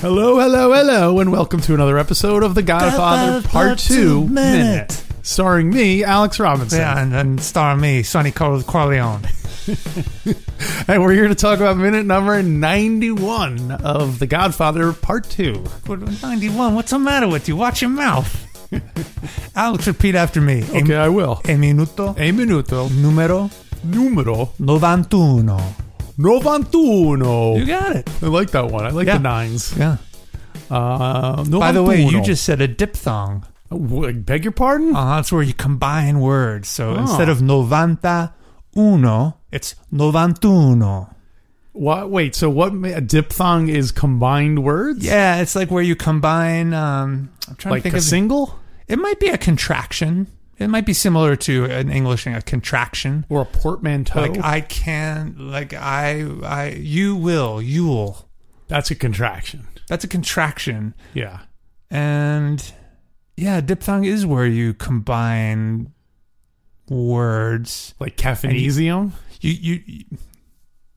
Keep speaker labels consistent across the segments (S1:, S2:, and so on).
S1: Hello, hello, hello, and welcome to another episode of The Godfather
S2: Godfather
S1: Part
S2: Part Two
S1: 2
S2: Minute.
S1: Minute, starring me, Alex Robinson.
S2: Yeah, and, and star me, Sonny Cor- Corleone.
S1: And we're here to talk about minute number 91 of The Godfather Part 2.
S2: What- 91, what's the matter with you? Watch your mouth. Alex, repeat after me. A-
S1: Okay, I will.
S2: A, minuto
S1: A minuto
S2: numero
S1: numero
S2: 91.
S1: 91.
S2: You got it.
S1: I like that one. I like
S2: Yeah.
S1: the nines.
S2: Yeah.
S1: Uh,
S2: By the way, you
S1: 91.
S2: just said a diphthong.
S1: W- beg your pardon?
S2: Uh, that's where you combine words. So
S1: Oh.
S2: instead of novanta uno, it's novantuno.
S1: What? Wait. So what? ma- A diphthong is combined words?
S2: Yeah, it's like where you combine. Um, I'm trying
S1: Like
S2: to think
S1: a
S2: of
S1: single
S2: It might be a contraction. It might be similar to an English thing, a contraction.
S1: or a portmanteau?
S2: Like I can, like I, I, you will, you'll.
S1: That's a contraction.
S2: That's a contraction,
S1: Yeah.
S2: and yeah, diphthong is where you combine words.
S1: Like caffeinesium
S2: You, you, you-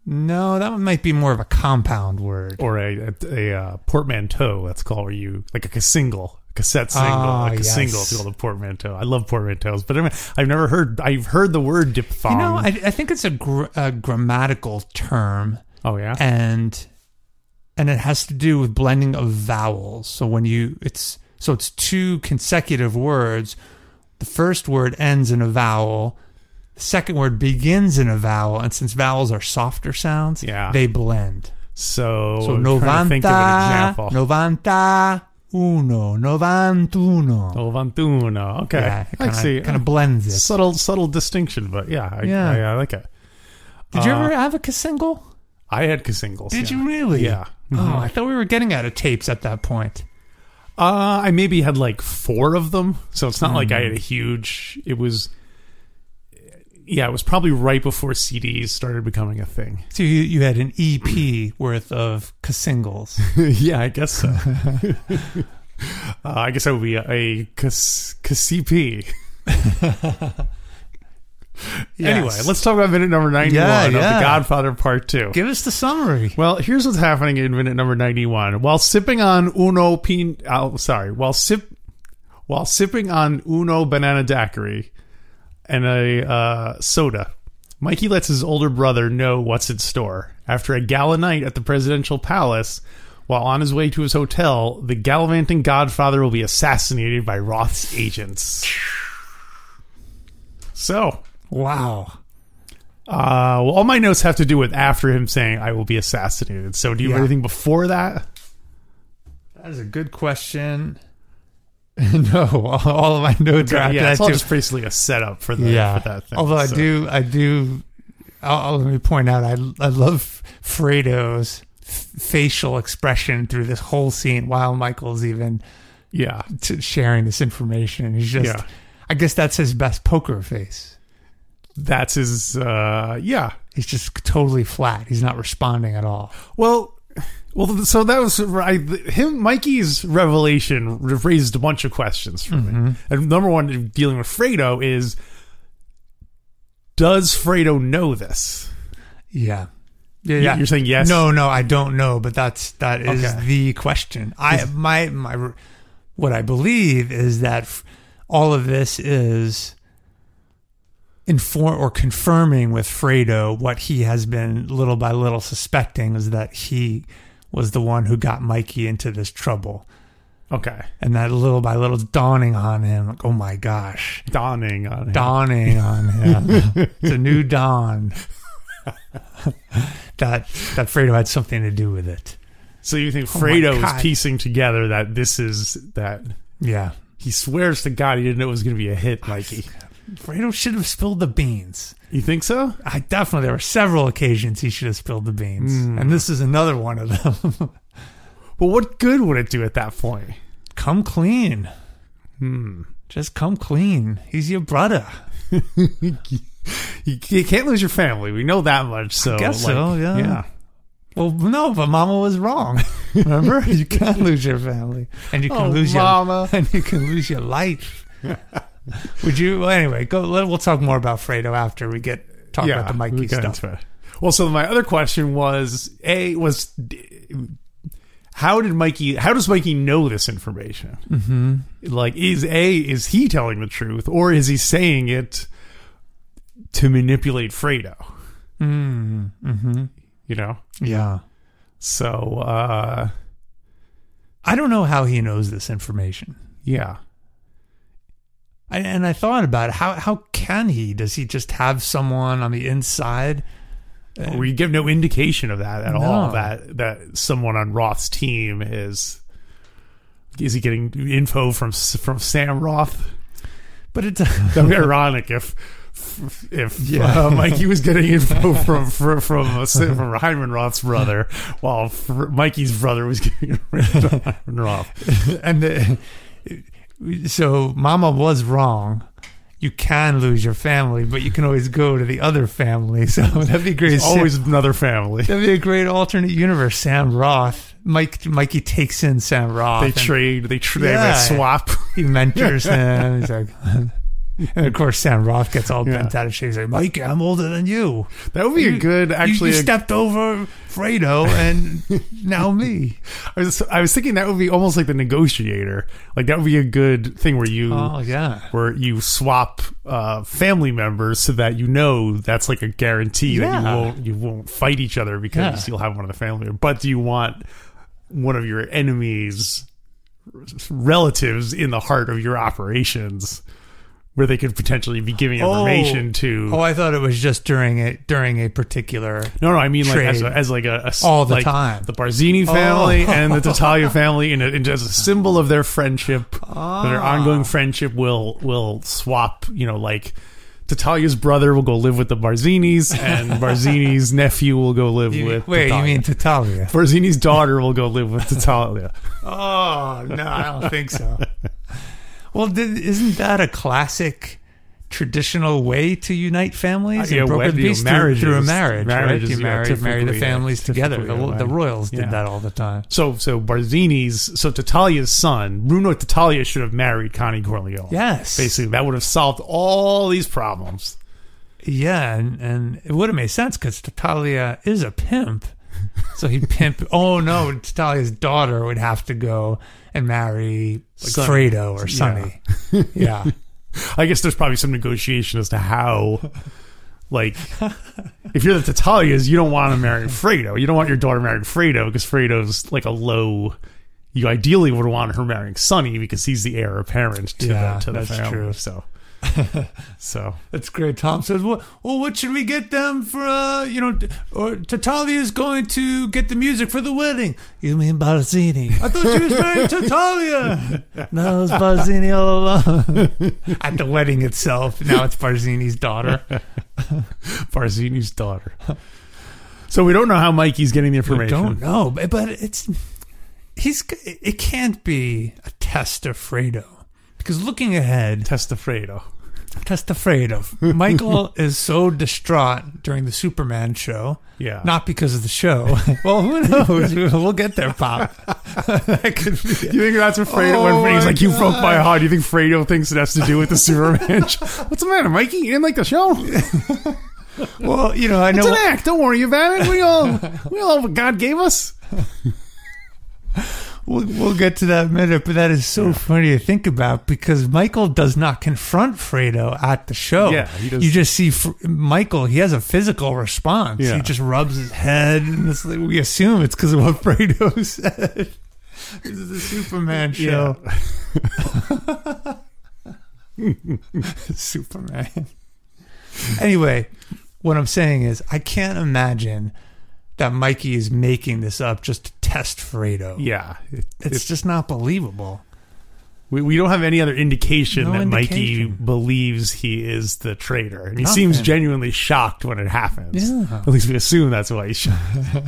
S2: no, that one might be more of a compound word.
S1: or a, a, a uh, portmanteau. That's called where you like a single. a Cassette single,
S2: Ah,
S1: like a
S2: yes.
S1: single, it's called a portmanteau. I love portmanteaus, but I mean, I've never heard. I've heard the word diphthong.
S2: You know, I, I think it's a, gr- a grammatical term.
S1: oh yeah,
S2: and and it has to do with blending of vowels so when you it's so it's two consecutive words the first word ends in a vowel the second word begins in a vowel and since vowels are softer sounds
S1: Yeah.
S2: they blend
S1: so
S2: so
S1: I'm trying to think of an
S2: novanta
S1: example.
S2: novanta uno novantuno
S1: Novantuna. Okay,
S2: yeah it
S1: I see. uh,
S2: kind of blends it
S1: subtle, subtle distinction, but yeah, I,
S2: Yeah.
S1: I, I like it.
S2: did you
S1: uh,
S2: ever have a single
S1: I had singles.
S2: did
S1: yeah.
S2: you really
S1: Yeah.
S2: oh i thought we were getting out of tapes at that point
S1: Uh, I maybe had like four of them, so it's not like I
S2: Hmm.
S1: had a huge. It was, yeah, it was probably right before CDs started becoming a thing.
S2: So you, you had an EP worth of ca- singles.
S1: yeah, I guess so. uh, I guess that would be a, a cas- CP. Anyway, let's talk about minute number ninety-one
S2: Yeah,
S1: of
S2: yeah.
S1: The Godfather Part Two.
S2: give us the summary.
S1: Well, here's what's happening in minute number 91. While sipping on uno pin, oh, sorry, while sip, while sipping on uno banana daiquiri and a uh, soda, Mikey lets his older brother know what's in store. After a gala night at the presidential palace, while on his way to his hotel, the gallivanting godfather will be assassinated by Roth's agents. So,
S2: Wow.
S1: uh, well, all my notes have to do with after him saying, I will be assassinated. So, do you have
S2: Yeah.
S1: anything before that?
S2: That is a good question. no, all, all of my notes are after
S1: yeah,
S2: that
S1: it's all
S2: too.
S1: just basically a setup for, the,
S2: yeah.
S1: for that thing.
S2: Although
S1: So-
S2: I do, I do. I'll, I'll- let me point out, I I love Fredo's f- facial expression through this whole scene while Michael's even
S1: Yeah.
S2: t- sharing this information. He's just,
S1: Yeah.
S2: I guess that's his best poker face.
S1: That's his, uh, yeah.
S2: He's just totally flat. He's not responding at all.
S1: Well, well, th- so that was I, him. Mikey's revelation raised a bunch of questions for me.
S2: Mm-hmm.
S1: And number one, dealing with Fredo is, does Fredo know this?
S2: Yeah. Yeah, yeah.
S1: you're saying yes?
S2: No, no, I don't know, but that's that is
S1: Okay.
S2: the question. I my my what I believe is that f- all of this is inform or confirming with Fredo what he has been little by little suspecting is that he was the one who got Mikey into this trouble.
S1: Okay,
S2: And that little by little is dawning on him like, oh my gosh,
S1: dawning on him.
S2: dawning on him. it's a new dawn. that that Fredo had something to do with it.
S1: So you think
S2: Oh my
S1: Fredo
S2: God.
S1: is piecing together that this is that
S2: Yeah.
S1: he swears to God he didn't know it was going to be a
S2: Oh,
S1: hit, Mikey.
S2: Fredo should have spilled the beans.
S1: You think so?
S2: I definitely there were several occasions he should have spilled the beans. And this is another one of them.
S1: Well, what good would it do at that point?
S2: come clean. Hmm. Just come clean. He's your brother.
S1: you, you can't lose your family. We know that much. So
S2: guess
S1: like,
S2: so, yeah. Well, no, but Mama was wrong. Remember, you can lose your family, and you can
S1: Oh,
S2: lose
S1: Mama.
S2: your and you can lose your life. Would you? Well, anyway, go. let- We'll talk more about Fredo after we get talk about the
S1: we
S2: Mikey
S1: got
S2: stuff.
S1: into it. Well, so my other question was: A was d- how did Mikey? How does Mikey know this information? Mm-hmm. Like, is A is he telling the truth, or is he saying it to manipulate Fredo?
S2: Mm, hmm
S1: You know.
S2: Yeah,
S1: So uh,
S2: I don't know how he knows this information.
S1: yeah,
S2: I, and I thought about it. how how can he? Does he just have someone on the inside?
S1: we give no indication of that at all.
S2: No.
S1: That that someone on Roth's team is. Is he getting info from from Sam Roth?
S2: But it
S1: That'd be ironic if if
S2: Yeah.
S1: uh, Mikey was getting info from from from, uh, from Hyman Roth's brother, while fr- Mikey's brother was getting info from Hyman Roth.
S2: and the, so Mama was wrong. You can lose your family, but you can always go to the other family. So that'd be great. Sam-
S1: Always another family.
S2: that'd be a great alternate universe. Sam Roth, Mike, Mikey takes in Sam Roth.
S1: They
S2: and
S1: trade. They trade.
S2: Yeah.
S1: They swap.
S2: he mentors him. He's like. And of course, Sam Roth gets all bent out of shape. He's like, Mike, I'm older than you.
S1: That would be a
S2: You-
S1: good. Actually,
S2: you, you
S1: a-
S2: stepped over Fredo and now me.
S1: I was I was thinking that would be almost like the negotiator. Like that would be a good thing where you.
S2: Oh. yeah.
S1: where you swap uh, family members so that you know that's like a guarantee that
S2: Yeah.
S1: you won't you won't fight each other because
S2: Yeah.
S1: you'll have one of the family. But do you want one of your enemies' relatives in the heart of your operations, where they could potentially be giving information to?
S2: Oh, I thought it was just during it during a particular
S1: no, no, I mean like as, a,
S2: Trade.
S1: as like a, a-
S2: all the
S1: like
S2: time. Oh.
S1: The Barzini family and the Tatalia family, and, and as a symbol of their friendship, their
S2: Ah.
S1: ongoing friendship, will will swap. You know, like Tatalia's brother will go live with the Barzinis, and Barzini's nephew will go live
S2: You-
S1: with.
S2: wait,
S1: Tatalia.
S2: you mean Tatalia?
S1: Barzini's daughter will go live with Tatalia?
S2: Oh no, I don't think so. well, did, isn't that a classic? Traditional way to unite families
S1: Uh, yeah,
S2: and broker
S1: wed- you know,
S2: peace through, through a
S1: marriages.
S2: marriage,
S1: Marriages,
S2: right? You
S1: yeah,
S2: marry, marry the
S1: typically, yeah,
S2: families together.
S1: typically
S2: The,
S1: that
S2: the
S1: way.
S2: royals did
S1: Yeah.
S2: that all the time.
S1: So so Barzini's so Tatalia's son Bruno Tatalia should have married Connie Corleone.
S2: Yes,
S1: Basically, that would have solved all these problems.
S2: Yeah, and, and it would have made sense because Tatalia is a pimp. So he'd pimp. oh no, Tatalia's daughter would have to go and marry like
S1: Sonny.
S2: Fredo or Sonny. Yeah.
S1: I guess there's probably some negotiation as to how, like, if you're the Tatalias, you don't want to marry Fredo. You don't want your daughter marrying Fredo because Fredo's like a low. You ideally would want her marrying Sonny because he's the heir apparent to
S2: Yeah,
S1: the to the
S2: that's
S1: family.
S2: true.
S1: So, so
S2: That's great. Tom says, well, well, what should we get them for, uh, you know, or Tatalia is going to get the music for the wedding. You mean Barzini? I thought she was marrying Tatalia. No, it was Barzini all along. At the wedding itself, now it's Barzini's daughter.
S1: Barzini's daughter. So we don't know how Mikey's getting the
S2: I
S1: information.
S2: don't know, but, but it's he's it can't be a test of Fredo because looking ahead,
S1: Testafredo.
S2: test of Fredo. Michael is so distraught during the Superman show,
S1: Yeah.
S2: not because of the show. well, who knows? we'll get there, Pop. that could be.
S1: You think that's what Fredo
S2: Oh
S1: when he's
S2: my
S1: like, "You broke my
S2: God.
S1: heart." You think Fredo thinks it has to do with the Superman? What's the matter, Mikey? You didn't like the show?
S2: Well, you know, I know.
S1: It's an act. Don't worry about it. We all, we all, have what God gave us.
S2: We'll, we'll get to that in a minute, but that is so funny to think about because Michael does not confront Fredo at the show.
S1: Yeah, he does-
S2: you just see Fr- Michael; he has a physical response.
S1: Yeah.
S2: He just rubs his head, and it's like, we assume it's because of what Fredo said. this is a Superman show. Superman. anyway, what I'm saying is, I can't imagine that Mikey is making this up just to test Fredo.
S1: Yeah,
S2: It's, just not believable.
S1: we, we don't have any other indication
S2: No
S1: that Mikey
S2: indication.
S1: believes he is the traitor, and he
S2: Nothing.
S1: seems genuinely shocked when it happens.
S2: Yeah.
S1: At least we assume that's why he's shocked.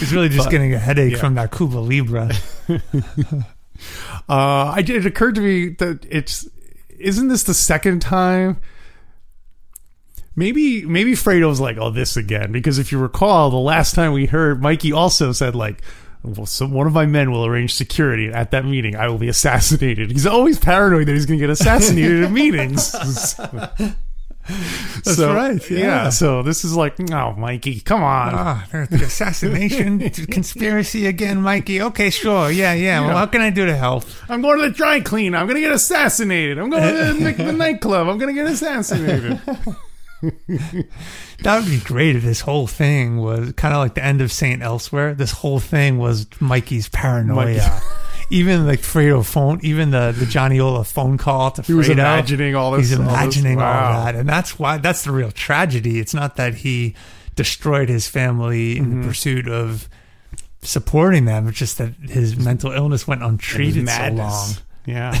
S2: He's really just
S1: But-
S2: getting a headache
S1: yeah.
S2: from that Cuba Libre.
S1: Uh, I did, it occurred to me that it's isn't this the second time Maybe maybe Fredo's like, oh, this again, because if you recall, the last time we heard, Mikey also said like, well, some, one of my men will arrange security at that meeting. I will be assassinated. He's always paranoid that he's going to get assassinated at meetings. That's
S2: right, yeah.
S1: So this is like, oh, Mikey, come on.
S2: Ah, there's the assassination conspiracy again, Mikey. Okay, sure. Yeah, yeah. Well, how can I do to help?
S1: I'm going to the dry clean. I'm going to get assassinated. I'm going to the, the nightclub. I'm going to get assassinated.
S2: That would be great if this whole thing was kind of like the end of Saint Elsewhere. This whole thing was Mikey's paranoia.
S1: Mikey.
S2: even like Fredo phone, even the the Johnny Ola phone call to
S1: He was
S2: Fredo.
S1: imagining all this.
S2: He's
S1: all this-
S2: imagining all,
S1: wow.
S2: that, and that's why that's the real tragedy. It's not that he destroyed his family in
S1: Mm-hmm.
S2: the pursuit of supporting them. It's just that his mental illness went untreated so
S1: Madness.
S2: long.
S1: Yeah,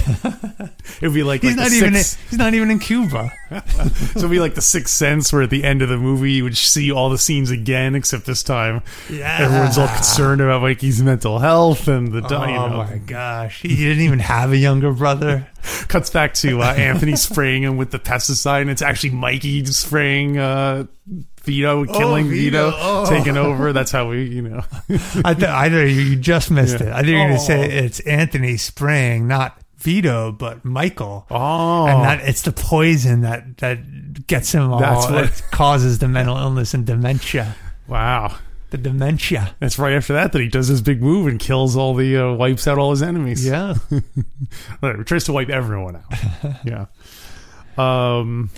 S1: it'd be like
S2: He's
S1: like
S2: not
S1: the
S2: even in,
S1: sixth-
S2: he's not even in Cuba.
S1: so it'd be like the Sixth Sense, where at the end of the movie you would see all the scenes again, except this time
S2: Yeah,
S1: everyone's all concerned about Mikey's mental health and the. di- you
S2: Ah. Oh
S1: know.
S2: my gosh, he didn't even have a younger brother.
S1: Cuts back to uh, Anthony spraying him with the pesticide, and it's actually Mikey spraying uh, Vito, killing
S2: Vito.
S1: Vito,
S2: Oh.
S1: taking over. That's how we, you know.
S2: I th- I know you you just missed
S1: Yeah.
S2: it. I think you're gonna say
S1: Oh.
S2: it's Anthony spraying, not Vito, but Michael.
S1: Oh,
S2: And that it's the poison that that gets him all.
S1: That's what-
S2: that causes the mental illness and dementia.
S1: wow.
S2: The dementia.
S1: That's right after that that he does his big move and kills all the uh, wipes out all his enemies.
S2: Yeah.
S1: Or tries to wipe everyone out. yeah. Um.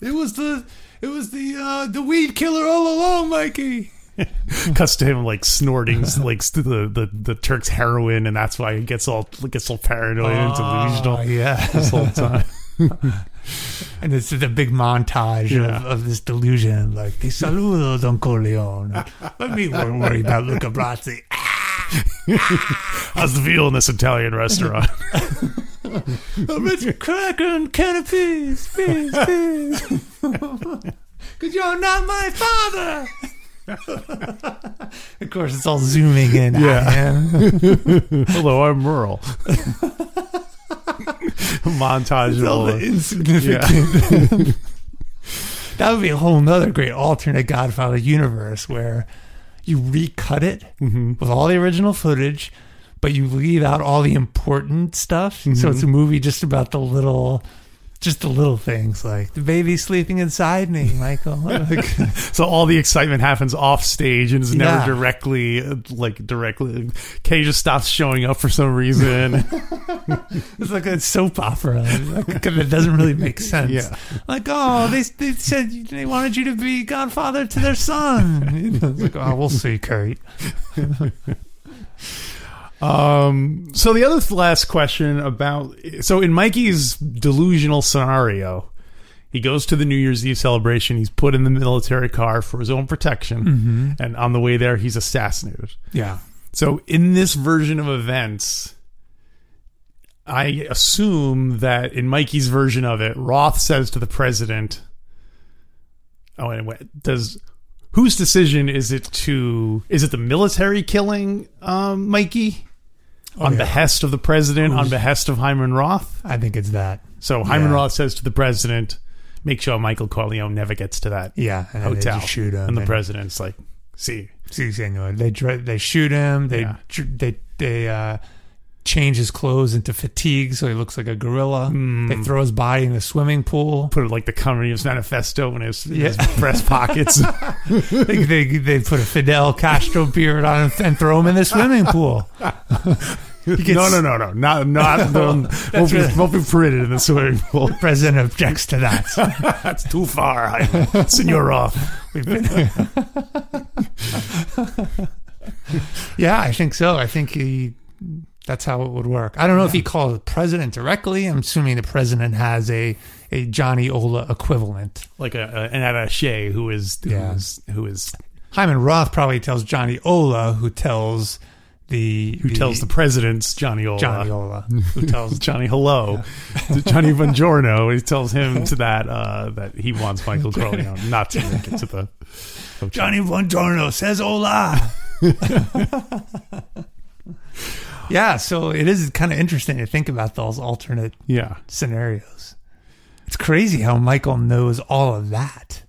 S2: it was the it was the uh, the weed killer all along, Mikey.
S1: cuts to him like snorting like st- the, the the Turk's heroin, and that's why he gets all gets all paranoid and
S2: Oh,
S1: delusional
S2: yeah.
S1: this whole time.
S2: And it's the big montage
S1: Yeah.
S2: of, of this delusion, like the saludo Don Corleone. Let me wor- worry about Luca Brasi.
S1: How's the veal in this Italian restaurant?
S2: A rich cracker and canopies, please, please. Because you're not my father. of course, it's all zooming in.
S1: Yeah.
S2: Yeah.
S1: Hello, I'm Merle. Montage of all
S2: all the
S1: the-
S2: insignificant.
S1: yeah.
S2: That would be a whole nother great alternate Godfather universe where you recut it
S1: Mm-hmm.
S2: with all the original footage, but you leave out all the important stuff. So it's a movie just about the little. Just the little things like the baby sleeping inside me, Michael. Like-
S1: so all the excitement happens off stage and is never
S2: Yeah.
S1: directly uh, like directly. Kay just stops showing up for some reason.
S2: It's like a soap opera. Like, 'cause it doesn't really make sense.
S1: Yeah.
S2: Like, oh, they, they said you- they wanted you to be godfather to their son. You know, it's like, oh, we'll see, Kurt.
S1: Um, so the other th- last question about so in Mikey's delusional scenario, he goes to the New Year's Eve celebration. He's put in the military car for his own protection, and on the way there, he's assassinated.
S2: Yeah.
S1: So in this version of events, I assume that in Mikey's version of it, Roth says to the president, "Oh, anyway, does." Whose decision is it to? Is it the military killing um, Mikey? on
S2: Oh, yeah.
S1: behest of the president, on behest of Hyman Roth.
S2: I think it's that.
S1: So Hyman
S2: Yeah.
S1: Roth says to the president, "Make sure Michael Corleone never gets to that
S2: Yeah. And They
S1: hotel."
S2: just shoot him.
S1: and the president's like, "See,
S2: See, senor. They, dr- they shoot him. They,
S1: Yeah.
S2: dr- they, they, uh, change his clothes into fatigue so he looks like a gorilla. They throw his body in the swimming pool.
S1: put it like the Communist Manifesto in his, in his breast pockets."
S2: they, they, they put a Fidel Castro beard on him and throw him in the swimming pool. gets-
S1: no, no, no, no, not not the, won't, be,
S2: right.
S1: won't be paraded in the swimming pool.
S2: president objects to that.
S1: That's too far, Hyman. Senor Roth.
S2: We've been. yeah, I think so. I think he. That's how it would work. I don't know if he called the president directly. I'm assuming the president has a a Johnny Ola equivalent.
S1: Like a, a- an attaché who is who
S2: Yeah.
S1: is who is
S2: Hyman Roth probably tells Johnny Ola, who tells the
S1: who tells the president's Johnny Ola.
S2: Johnny Ola, who tells
S1: Johnny Hello, to Johnny Bongiorno. He tells him to that uh, that he wants Michael Corleone not to make it to the hotel.
S2: Johnny Buongiorno says hola. yeah, so it is kind of interesting to think about those alternate
S1: Yeah,
S2: scenarios. It's crazy how Michael knows all of that.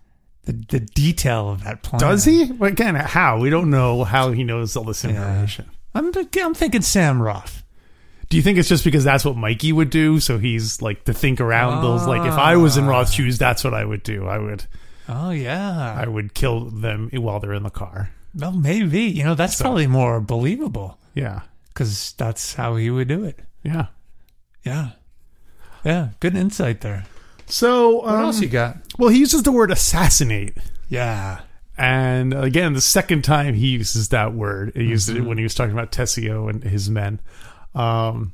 S2: the, the detail of that plan.
S1: Does he? Well, again, how? We don't know how he knows all this information.
S2: I'm, I'm thinking Sam Roth.
S1: Do you think it's just because that's what Mikey would do? So he's like to think around those. Like if I was in Roth's shoes, that's what I would do. I would
S2: Oh yeah.
S1: I would kill them while they're in the car.
S2: well, maybe you know that's probably more believable
S1: Yeah,
S2: because that's how he would do it.
S1: yeah.
S2: Yeah. Yeah. Good insight there.
S1: So
S2: What
S1: um,
S2: else you got?
S1: well, he uses the word assassinate,
S2: Yeah.
S1: and again, the second time he uses that word, he used it when he was talking about Tessio and his men. Um,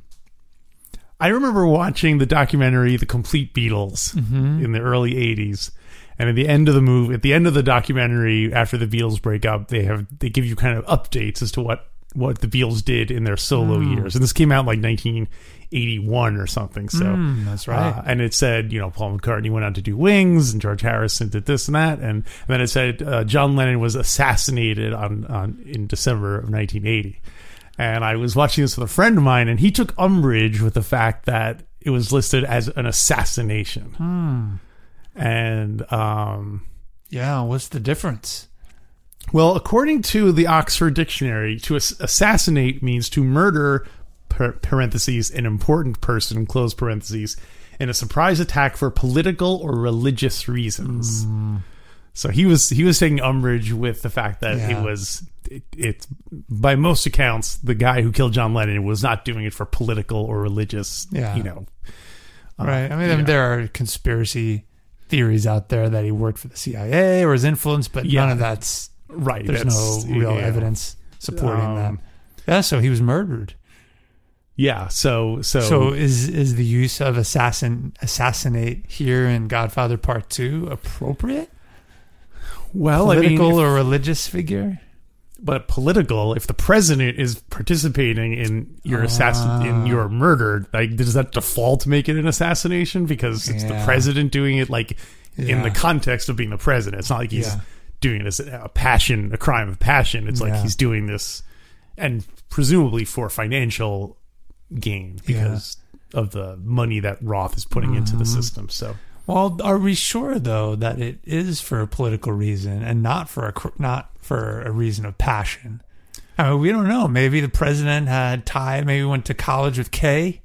S1: I remember watching the documentary "The Complete Beatles" in the early '80s, and at the end of the movie, at the end of the documentary, after the Beatles break up, they have they give you kind of updates as to what what the Beatles did in their solo years, and this came out in like 1981 or something. So
S2: Mm. Hmm, that's right.
S1: uh, and it said, you know, Paul McCartney went on to do Wings, and George Harrison did this and that, and, and then it said uh, John Lennon was assassinated on, on in December of 1980. And I was watching this with a friend of mine, and he took umbrage with the fact that it was listed as an assassination. And um,
S2: Yeah. What's the difference?
S1: well, according to the Oxford Dictionary, to ass- assassinate means to murder per- parentheses an important person close parentheses in a surprise attack for political or religious reasons. So he was he was taking umbrage with the fact that
S2: Yeah.
S1: it was it, it by most accounts the guy who killed John Lennon was not doing it for political or religious
S2: Yeah.
S1: you know
S2: Right. I mean, I mean, there are conspiracy theories out there that he worked for the CIA or was influenced, but
S1: Yeah.
S2: none of that's,
S1: right
S2: there's
S1: that's-
S2: no real
S1: yeah.
S2: evidence supporting
S1: Um,
S2: that. Yeah. So he was murdered.
S1: yeah so so,
S2: So is is the use of assassin assassinate here in Godfather Part Two appropriate?
S1: well I mean,
S2: Political
S1: if-
S2: or religious figure?
S1: but political if the president is participating in your assassin
S2: Ah.
S1: in your murder like does that default make it an assassination because it's the
S2: Yeah.
S1: president doing it like in
S2: Yeah.
S1: the context of being the president it's not like he's
S2: Yeah.
S1: doing this a passion a crime of passion it's like
S2: Yeah.
S1: he's doing this and presumably for financial gain because of the money that Roth is putting into
S2: Mm-hmm.
S1: the system so
S2: Well, are we sure though that it is for a political reason and not for a cr- not for a reason of passion? I mean, we don't know. Maybe the president had Ty. Maybe went to college with Kay.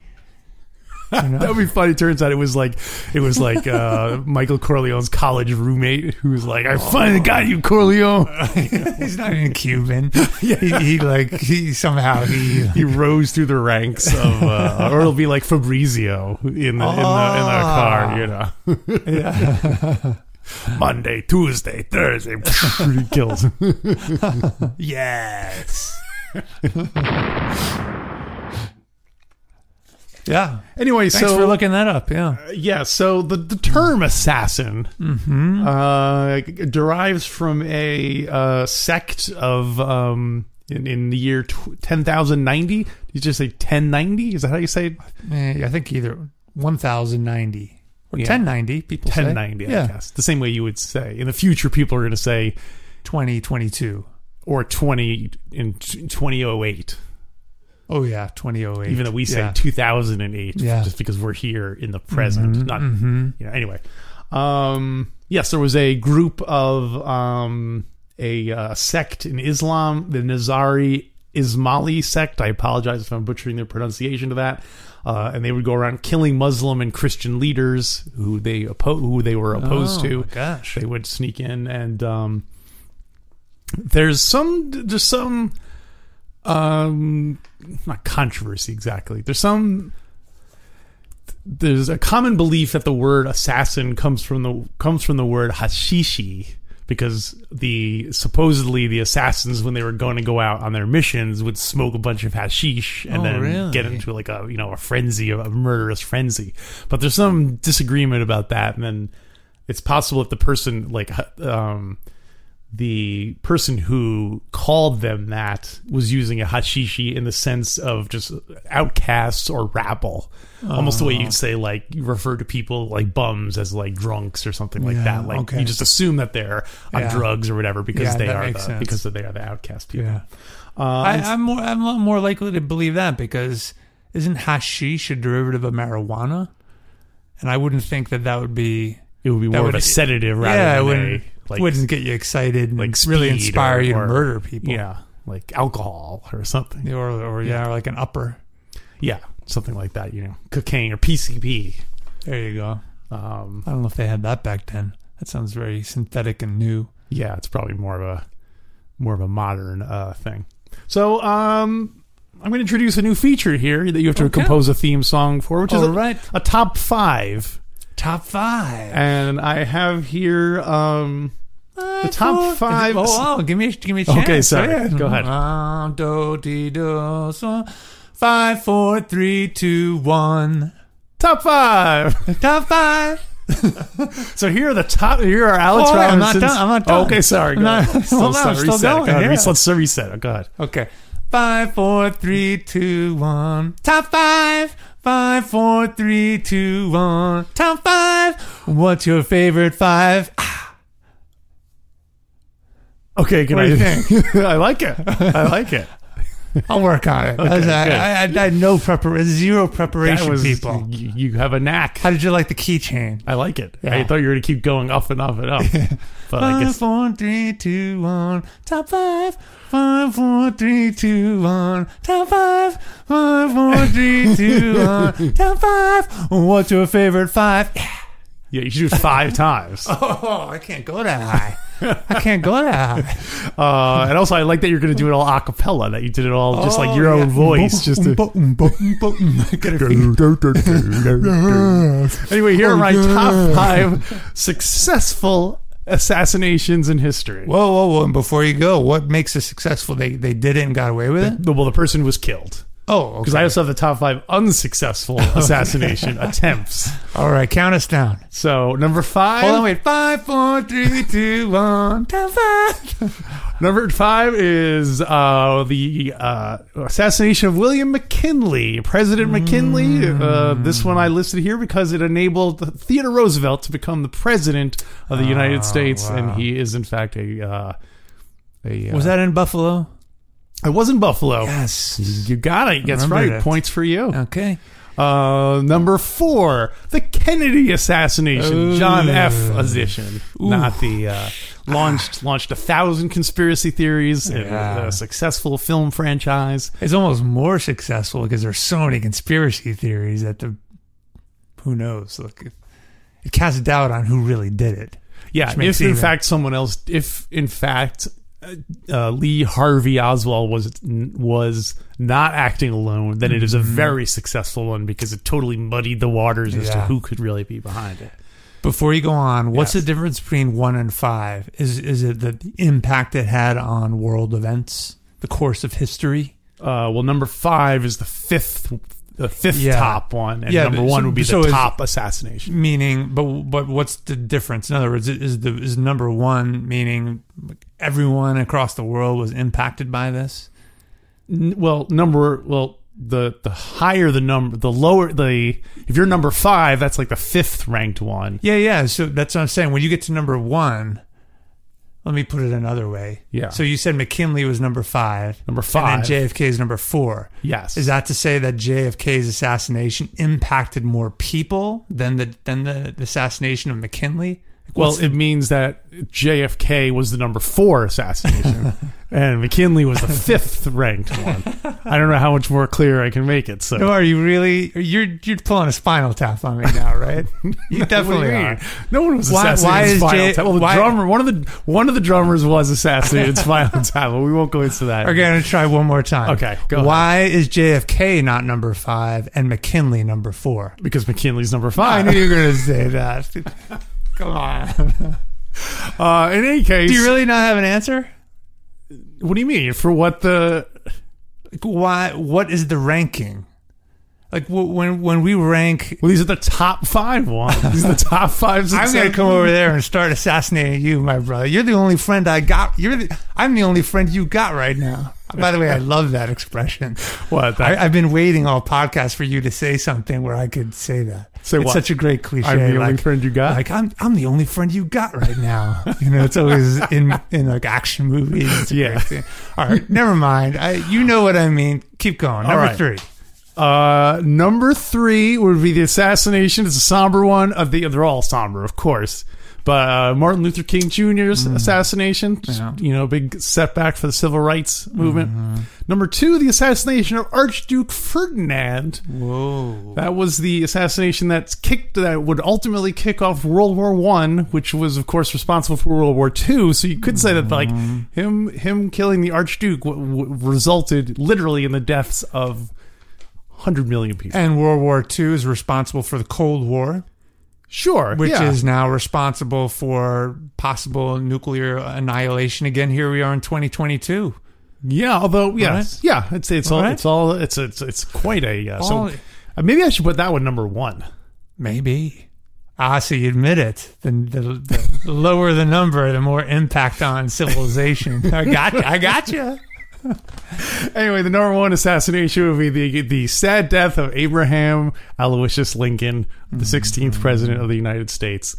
S2: You know?
S1: That would be funny. Turns out it was like it was like uh, Michael Corleone's college roommate who was like, "I finally got you, Corleone."
S2: He's not even Cuban. he, he like he somehow he
S1: He rose through the ranks of, uh, or it'll be like Fabrizio in the in the, in the Ah. car, you know. Monday, Tuesday, Thursday, he kills. him.
S2: yes. yeah.
S1: Anyway,
S2: Thanks
S1: so
S2: for looking that up. Yeah.
S1: yeah, so the, the term assassin
S2: Mm-hmm.
S1: uh, derives from a uh, sect of um, in, in the year tw- 10,090. Did you just say 1090? Is that how you say it?
S2: Eh, I think either 1090 or
S1: Yeah.
S2: 1090 people say.
S1: 1090, I
S2: Yeah.
S1: guess. The same way you would say. In the future, people are going to say,
S2: 2022.
S1: or 20 in t- 2008,
S2: Oh yeah, 2008.
S1: even though we say
S2: yeah.
S1: 2008,
S2: Yeah. Mm-hmm.
S1: just because we're here in the present. Not, you know, anyway. Um, yes, there was a group of um, a uh, sect in Islam, the Nizari Ismaili sect. I apologize if I'm butchering their pronunciation to that. Uh, and they would go around killing Muslim and Christian leaders who they oppo- who they were opposed
S2: Oh,
S1: to.
S2: my gosh.
S1: They would sneak in and um, there's some just some um not controversy exactly. There's some there's a common belief that the word assassin comes from the comes from the word hashishi because the supposedly the assassins when they were going to go out on their missions would smoke a bunch of hashish and
S2: Oh,
S1: then
S2: really?
S1: get into like a you know a frenzy a murderous frenzy but there's some disagreement about that and then it's possible if the person like hu- um the person who called them that was using a hashishi in the sense of just outcasts or rabble. Almost the way you'd say like you refer to people like bums as like drunks or something like
S2: Yeah,
S1: that. Like
S2: okay.
S1: you just assume that they're on
S2: Yeah.
S1: drugs or whatever because
S2: Yeah,
S1: they
S2: that
S1: are the,
S2: makes sense.
S1: because they are the outcast people.
S2: Yeah.
S1: Uh,
S2: I, I'm more I'm a lot more likely to believe that because isn't hashish a derivative of marijuana? And I wouldn't think that that would be
S1: It would be
S2: That
S1: more of a
S2: would-
S1: sedative rather
S2: yeah, it
S1: than
S2: wouldn't,
S1: a like
S2: wouldn't get you excited and
S1: like
S2: really
S1: speed
S2: inspire
S1: or-
S2: you to
S1: or-
S2: murder people.
S1: yeah, like alcohol or something.
S2: Or, or yeah, or like an upper.
S1: Yeah, something like that. You know, cocaine or PCP.
S2: There you go.
S1: Um,
S2: I don't know if they had that back then. That sounds very synthetic and new.
S1: yeah, it's probably more of a more of a modern uh, thing. So um, I'm going to introduce a new feature here that you have to
S2: Okay.
S1: compose a theme song for, which is
S2: All
S1: a,
S2: right.
S1: a top five.
S2: Top five.
S1: And I have here. Um, the top five.
S2: Oh, oh, give me, give me a chance.
S1: Okay, sorry.
S2: Yeah.
S1: Go ahead.
S2: Ah, do, dee, do, so. Five, four, three, two, one.
S1: Top five.
S2: Top five.
S1: So here are the top. Here are Alex
S2: Oh, wait, I'm not
S1: Robinson's.
S2: done- I'm not done.
S1: okay, sorry. Go
S2: I'm not-
S1: ahead.
S2: Hold on, I'm
S1: sorry,
S2: still
S1: reset.
S2: going,
S1: Go ahead,
S2: yeah.
S1: res- Let's reset. it. Go ahead.
S2: Okay. Five, four, three, two, one. Top five. Five, four, three, two, one. Top five. What's your favorite five?
S1: Okay, can
S2: What do you
S1: I? I like it. I like it.
S2: I'll work on it. I, was- I-
S1: good.
S2: I- I had no prepar zero preparation, people.
S1: You, you have a knack.
S2: How did you like the keychain?
S1: I like it. I
S2: Yeah. Uh,
S1: thought you were going to keep going up and up and up, but I
S2: Five,
S1: guess
S2: four, three, two, one. Top five. Five, four, three, two, one. Top five. Five, four, three, two, one. Top five. What's your favorite five?
S1: yeah, you should do it five times.
S2: Oh, I can't go that high. I can't go that high.
S1: Uh, and also, I like that you're going to do it all a cappella. That you did it all just like
S2: Oh,
S1: your
S2: yeah.
S1: own voice. Just to, anyway, here
S2: Oh,
S1: are my top five successful assassinations in history.
S2: Whoa, whoa, whoa! And before you go, what makes it successful? They they did it and got away with it.
S1: The- well, the person was killed.
S2: Oh,
S1: Because I also have the top five unsuccessful assassination attempts.
S2: all right. Count us down.
S1: So number five,
S2: Hold on, wait. Five, four, three, two, one. Top five.
S1: number five is uh, the uh, assassination of William McKinley, President McKinley.
S2: Hmm.
S1: Uh, this one I listed here because it enabled Theodore Roosevelt to become the president of the
S2: Ah,
S1: United States, and he is in fact a. Uh, a uh,
S2: Was that in Buffalo?
S1: It was in Buffalo.
S2: Yes.
S1: You got it. That's
S2: Remember
S1: right.
S2: that.
S1: Points for you.
S2: Okay.
S1: Uh, number four, the Kennedy assassination,
S2: Ooh.
S1: John F. Edition, not the uh, launched launched a thousand conspiracy theories and
S2: Ah. Yeah.
S1: a successful film franchise.
S2: It's almost more successful because there's so many conspiracy theories that the who knows. Look, it, it casts doubt on who really did it.
S1: Yeah,
S2: Which makes
S1: if in
S2: it even-
S1: fact someone else, if in fact uh, uh, Lee Harvey Oswald was was not acting alone, then it is a
S2: Mm-hmm.
S1: very successful one because it totally muddied the waters as to
S2: Yeah.
S1: who could really be behind it.
S2: Before you go on, what's
S1: Yes.
S2: the difference between one and five? Is is it the impact it had on world events, the course of history?
S1: Uh, well, number five is the fifth, the fifth
S2: Yeah.
S1: top one, and
S2: Yeah,
S1: number
S2: but-
S1: one
S2: so-
S1: would be
S2: so
S1: the
S2: is-
S1: top assassination.
S2: Meaning, but but what's the difference? In other words, is the is number one meaning everyone across the world was impacted by this?
S1: N- well, number well the the higher the number, the lower the if you're number five, that's like the fifth ranked one.
S2: Yeah, yeah. So that's what I'm saying. When you get to number one, let me put it another way.
S1: Yeah.
S2: So you said McKinley was number five.
S1: Number five.
S2: And then JFK is number four.
S1: Yes,
S2: Is that to say that JFK's assassination impacted more people than the than the, the assassination of McKinley?
S1: well? It means that JFK was the number four assassination, and McKinley was the fifth ranked one. I don't know how much more clear I can make it. So
S2: No, are you really? You're you're pulling a spinal tap on me now, right? You
S1: What do
S2: definitely
S1: you
S2: are.
S1: mean? No one was
S2: Why- why
S1: assassinated. in
S2: is
S1: Spinal
S2: J-
S1: Tap. Well, the
S2: why-
S1: drummer, one of the one of the drummers was assassinated in Spinal Tap, but we won't go into that.
S2: We're gonna try one more time.
S1: Okay, go ahead.
S2: Why is JFK not number five and McKinley number four?
S1: Because McKinley's number
S2: I
S1: five.
S2: knew you were gonna say that. Come on.
S1: Uh, in any case,
S2: Do you really not have an answer?
S1: what do you mean for what the?
S2: Like, why? What is the ranking? Like wh- when when we rank
S1: Well, these are the top five ones. These are the top five.
S2: I'm going to come over there and start assassinating you, my brother. You're the only friend I got. You're the, I'm the only friend you got right now. By the way, I love that expression.
S1: What?
S2: I,
S1: That,
S2: I've been waiting all podcast for you to say something where I could say that.
S1: Say
S2: it's
S1: what?
S2: such a great cliche.
S1: I, am the only
S2: like,
S1: friend you got.
S2: like, I'm I'm the only friend you got right now. You know, it's always in in like action movies. It's a
S1: Yeah.
S2: great thing. All right. Never mind. I you know what I mean. Keep going. Number
S1: right.
S2: three.
S1: Uh, number three would be the assassination. It's a somber one of the. They're all somber, of course. But uh, Martin Luther King Jr.'s assassination,
S2: Yeah.
S1: you know, big setback for the civil rights movement. Number two, the assassination of Archduke Ferdinand.
S2: Whoa.
S1: That was the assassination that's kicked that would ultimately kick off World War One, which was of course responsible for World War Two. So you could say that like him him killing the Archduke w- w- resulted literally in the deaths of hundred million people.
S2: And World War II is responsible for the Cold War,
S1: Sure,
S2: which
S1: yeah.
S2: is now responsible for possible nuclear annihilation. Again, here we are in 2022.
S1: yeah. Although yeah,
S2: right.
S1: yeah, I'd say it's all,
S2: All right.
S1: it's all it's it's it's quite a uh, so
S2: All-
S1: uh, maybe I should put that one number one.
S2: Maybe. Ah, so you admit it. The, the, the lower the number, the more impact on civilization. I got you. I got you.
S1: Anyway, the number one assassination would be the the sad death of Abraham Aloysius Lincoln, the 16th president of the United States.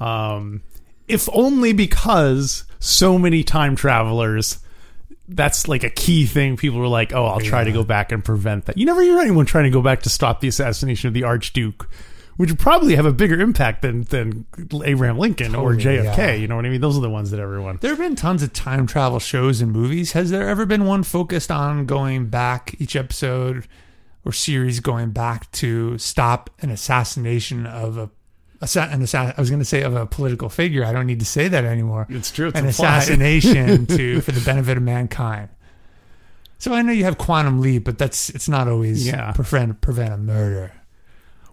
S1: Um, if only because so many time travelers, that's like a key thing. People were like, "Oh, I'll try to go back and prevent that." You never hear anyone trying to go back to stop the assassination of the Archduke. Which would probably have a bigger impact than than Abraham Lincoln or
S2: Totally,
S1: JFK.
S2: yeah.
S1: You know what I mean? Those are the ones that everyone.
S2: There have been tons of time travel shows and movies. Has there ever been one focused on going back each episode or series going back to stop an assassination of a assa- an assa- I was going to say of a political figure. I don't need to say that anymore.
S1: It's true. It's
S2: an
S1: implied.
S2: assassination to for the benefit of mankind. So I know you have quantum leap, but that's it's not always
S1: Yeah.
S2: prevent prevent a murder.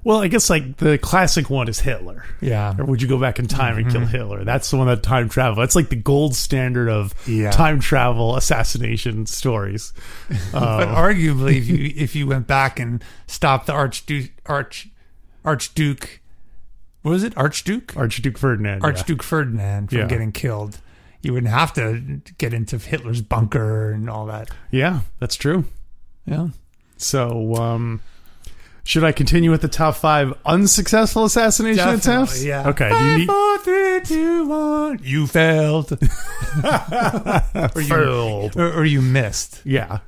S1: Well, I guess like the classic one is Hitler.
S2: Yeah.
S1: Or would you go back in time and
S2: Mm-hmm.
S1: kill Hitler? That's the one that time travel. That's like the gold standard of
S2: Yeah.
S1: time travel assassination stories.
S2: But
S1: Uh,
S2: arguably, if you if you went back and stopped the Archduke Arch Archduke, what was it? Archduke
S1: Archduke Ferdinand. yeah.
S2: Archduke Ferdinand from
S1: Yeah.
S2: getting killed, you wouldn't have to get into Hitler's bunker and all that.
S1: Yeah. that's true.
S2: Yeah.
S1: So, um, should I continue with the top five unsuccessful assassination
S2: Definitely,
S1: attempts?
S2: yeah.
S1: Okay. Do you
S2: Five,
S1: need
S2: four, three, two, one. You failed, or you,
S1: Failed.
S2: or, or you missed.
S1: Yeah.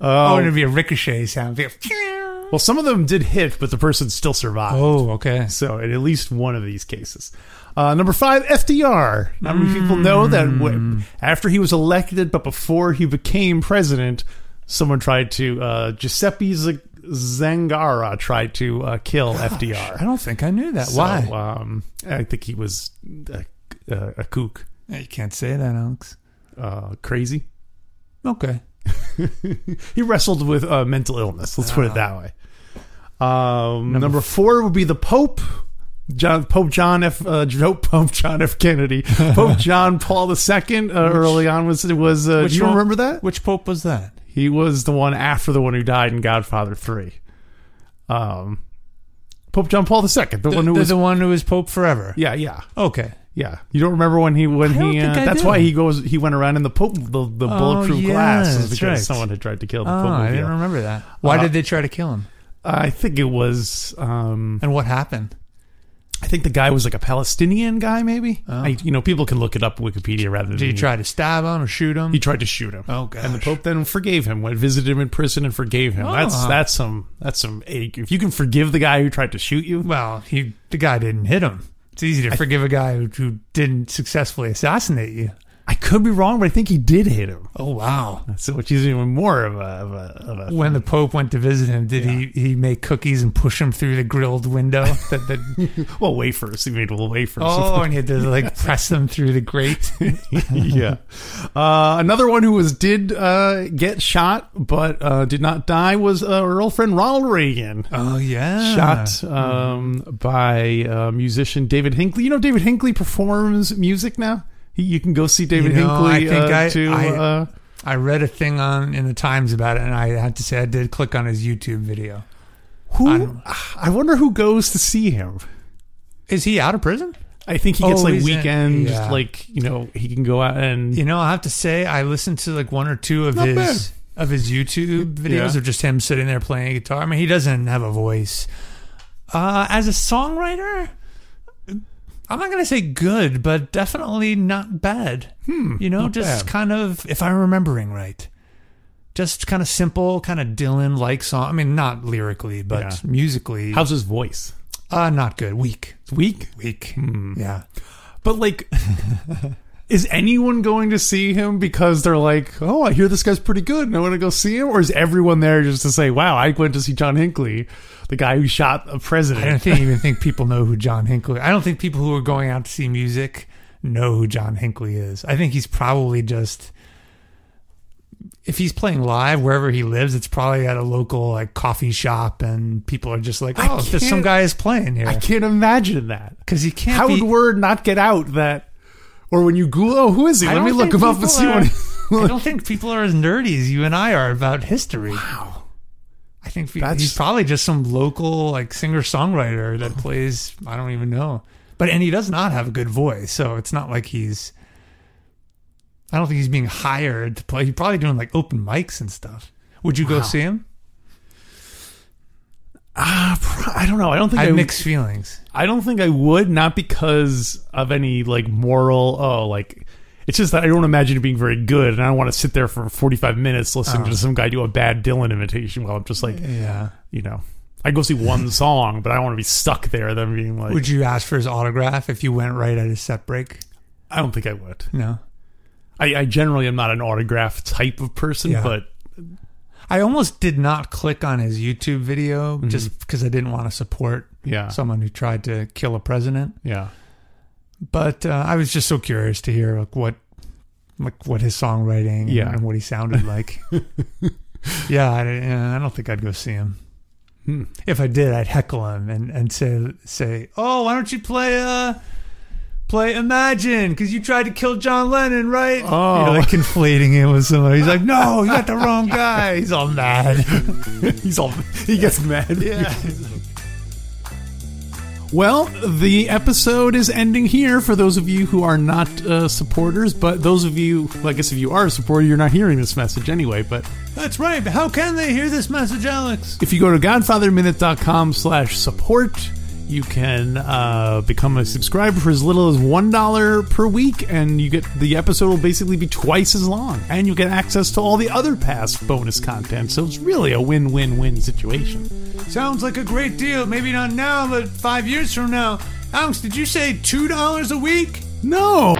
S2: Oh,
S1: Oh,
S2: it'd be a ricochet sound. It'd be a-
S1: well, some of them did hit, but the person still survived.
S2: Oh, okay.
S1: So, in at least one of these cases. Uh, number five, FDR. Not many people know that w- after he was elected, but before he became president, someone tried to, uh, Giuseppe Z- Zangara tried to uh, kill FDR.
S2: I don't think I knew that.
S1: So,
S2: Why?
S1: Um, I think he was a, a, a kook.
S2: You can't say that, Alex.
S1: Uh, crazy.
S2: Okay.
S1: He wrestled with uh, mental illness. Let's
S2: Ah.
S1: put it that way. Um, number, four would be the Pope, John Pope John F. Uh, no, Pope John F. Kennedy, Pope John Paul II. Uh, early on was was. Uh,
S2: which
S1: do you
S2: one-
S1: remember that?
S2: Which pope was that?
S1: He was the one after the one who died in Godfather Three. Um, Pope John Paul II, the, one who
S2: the,
S1: was.
S2: the one who was pope forever.
S1: yeah, yeah,
S2: Okay.
S1: yeah. You don't remember when he when
S2: I don't
S1: he? Uh,
S2: think I
S1: that's
S2: do.
S1: why he goes. He went around in the Pope the, the bulletproof
S2: yeah,
S1: glass is
S2: that's
S1: because
S2: right.
S1: someone had tried to kill the
S2: Oh,
S1: Pope.
S2: I
S1: reveal.
S2: didn't remember that. Why
S1: Uh,
S2: did they try to kill him?
S1: I think it was. Um,
S2: And what happened?
S1: I think the guy was like a Palestinian guy, maybe.
S2: Oh.
S1: I, you know, people can look it up Wikipedia rather than
S2: Did he try to stab him or shoot him?
S1: He tried to shoot him.
S2: oh, God.
S1: And the Pope then forgave him. Went visited him in prison and forgave him. That's
S2: Oh.
S1: that's some that's some. If you can forgive the guy who tried to shoot you,
S2: Well, he the guy didn't hit him. It's easy to forgive a guy who, who didn't successfully assassinate you.
S1: I could be wrong, but I think he did hit him.
S2: Oh, wow.
S1: So which is even more of a of a, of a
S2: when the Pope went to visit him, did he, he make cookies and push him through the grilled window? That the,
S1: well wafers. He made little wafers.
S2: oh, and he had to like press them through the grate.
S1: yeah. Uh, another one who was did uh, get shot but uh, did not die was uh, our old friend Ronald Reagan.
S2: Oh yeah,
S1: shot um, by uh, musician David Hinckley. You know, David Hinckley performs music now. He, you can go see David
S2: You know, I
S1: Hinckley.
S2: think
S1: uh,
S2: I-
S1: to,
S2: I-
S1: uh,
S2: I read a thing on in the Times about it, and I had to say I did click on his YouTube video.
S1: who?
S2: I
S1: I, wonder who goes to see him.
S2: Is he out of prison?
S1: I think he gets
S2: Oh,
S1: like
S2: he's in-
S1: weekend,
S2: yeah.
S1: like you know, he can go out and
S2: You know, I have to say I listened to like one or two of
S1: Not
S2: his
S1: bad.
S2: of his YouTube videos
S1: Yeah.
S2: of just him sitting there playing guitar. I mean, he doesn't have a voice. Uh, as a songwriter, I'm not gonna say good, but definitely not bad. Hmm, you know, just
S1: bad.
S2: kind of if I'm remembering right. Just kind of simple, kind of Dylan like song. I mean, not lyrically, but
S1: Yeah.
S2: musically.
S1: how's his voice?
S2: uh, not good. Weak.
S1: It's weak. Hmm.
S2: Weak. Yeah.
S1: But like, is anyone going to see him because they're like, oh, I hear this guy's pretty good and I want to go see him? Or is everyone there just to say, wow, I went to see John Hinckley, the guy who shot a
S2: I
S1: president?
S2: don't think, even think people know who John Hinckley. I don't think people who are going out to see music know who John Hinckley is. I think he's probably just if he's playing live wherever he lives, it's probably at a local like coffee shop, and people are just like,
S1: I
S2: "Oh, there's some
S1: can't-
S2: guy is playing
S1: I
S2: here."
S1: can't imagine that.
S2: Because he can't.
S1: How
S2: be,
S1: would word not get out that, or when you Google, oh, who is he?
S2: I
S1: Let me
S2: don't
S1: look
S2: think
S1: him up and
S2: people
S1: see what
S2: are-
S1: he-
S2: I don't think people are as nerdy as you and I are about history. Wow. I think he-
S1: That's-
S2: he's probably just some local like singer songwriter that plays. I don't even know, but and he does not have a good voice, so it's not like he's. I don't think he's being hired to play. He's probably doing like open mics and stuff. Would you go
S1: Wow.
S2: see him?
S1: Ah, pro- I don't know. I don't think
S2: I
S1: I,
S2: have mixed feelings.
S1: I don't think I would, not because of any like moral. Oh, like it's just that I don't imagine it being very good, and I don't want to sit there for 45 minutes listening to some guy do a bad Dylan imitation while I'm just like,
S2: Oh. Yeah.
S1: you know, I go see one song, but I don't want to be stuck there. Then being like,
S2: Would you ask for his autograph if you went right at his set break?
S1: I don't think I would.
S2: No.
S1: I, I generally am not an autograph type of person,
S2: Yeah.
S1: but
S2: I almost did not click on his YouTube video
S1: Mm-hmm.
S2: just because I didn't want to support
S1: yeah,
S2: someone who tried to kill a president.
S1: yeah,
S2: But uh, I was just so curious to hear like what, like what his songwriting and-
S1: Yeah.
S2: and what he sounded like. yeah, I, don't- yeah, I don't think I'd go see him.
S1: Hmm.
S2: If I did, I'd heckle him and, and say say, "Oh, why don't you play uh play Imagine? Because you tried to kill John Lennon, right?"
S1: Oh.
S2: you know, like conflating it with somebody. He's like, "No, you got the wrong guy." He's all mad.
S1: he's all he gets mad. Yeah. Well, the episode is ending here for those of you who are not uh, supporters, but those of you, well, I guess if you are a supporter, you're not hearing this message anyway. But
S2: That's right. But how can they hear this message, Alex?
S1: if you go to godfatherminute.com slash support, you can uh, become a subscriber for as little as $1 per week, and you get the episode will basically be twice as long. And you get access to all the other past bonus content, so it's really a win-win-win situation.
S2: Sounds like a great deal. Maybe not now, but five years from now. Alex, did you say two dollars a week?
S1: No!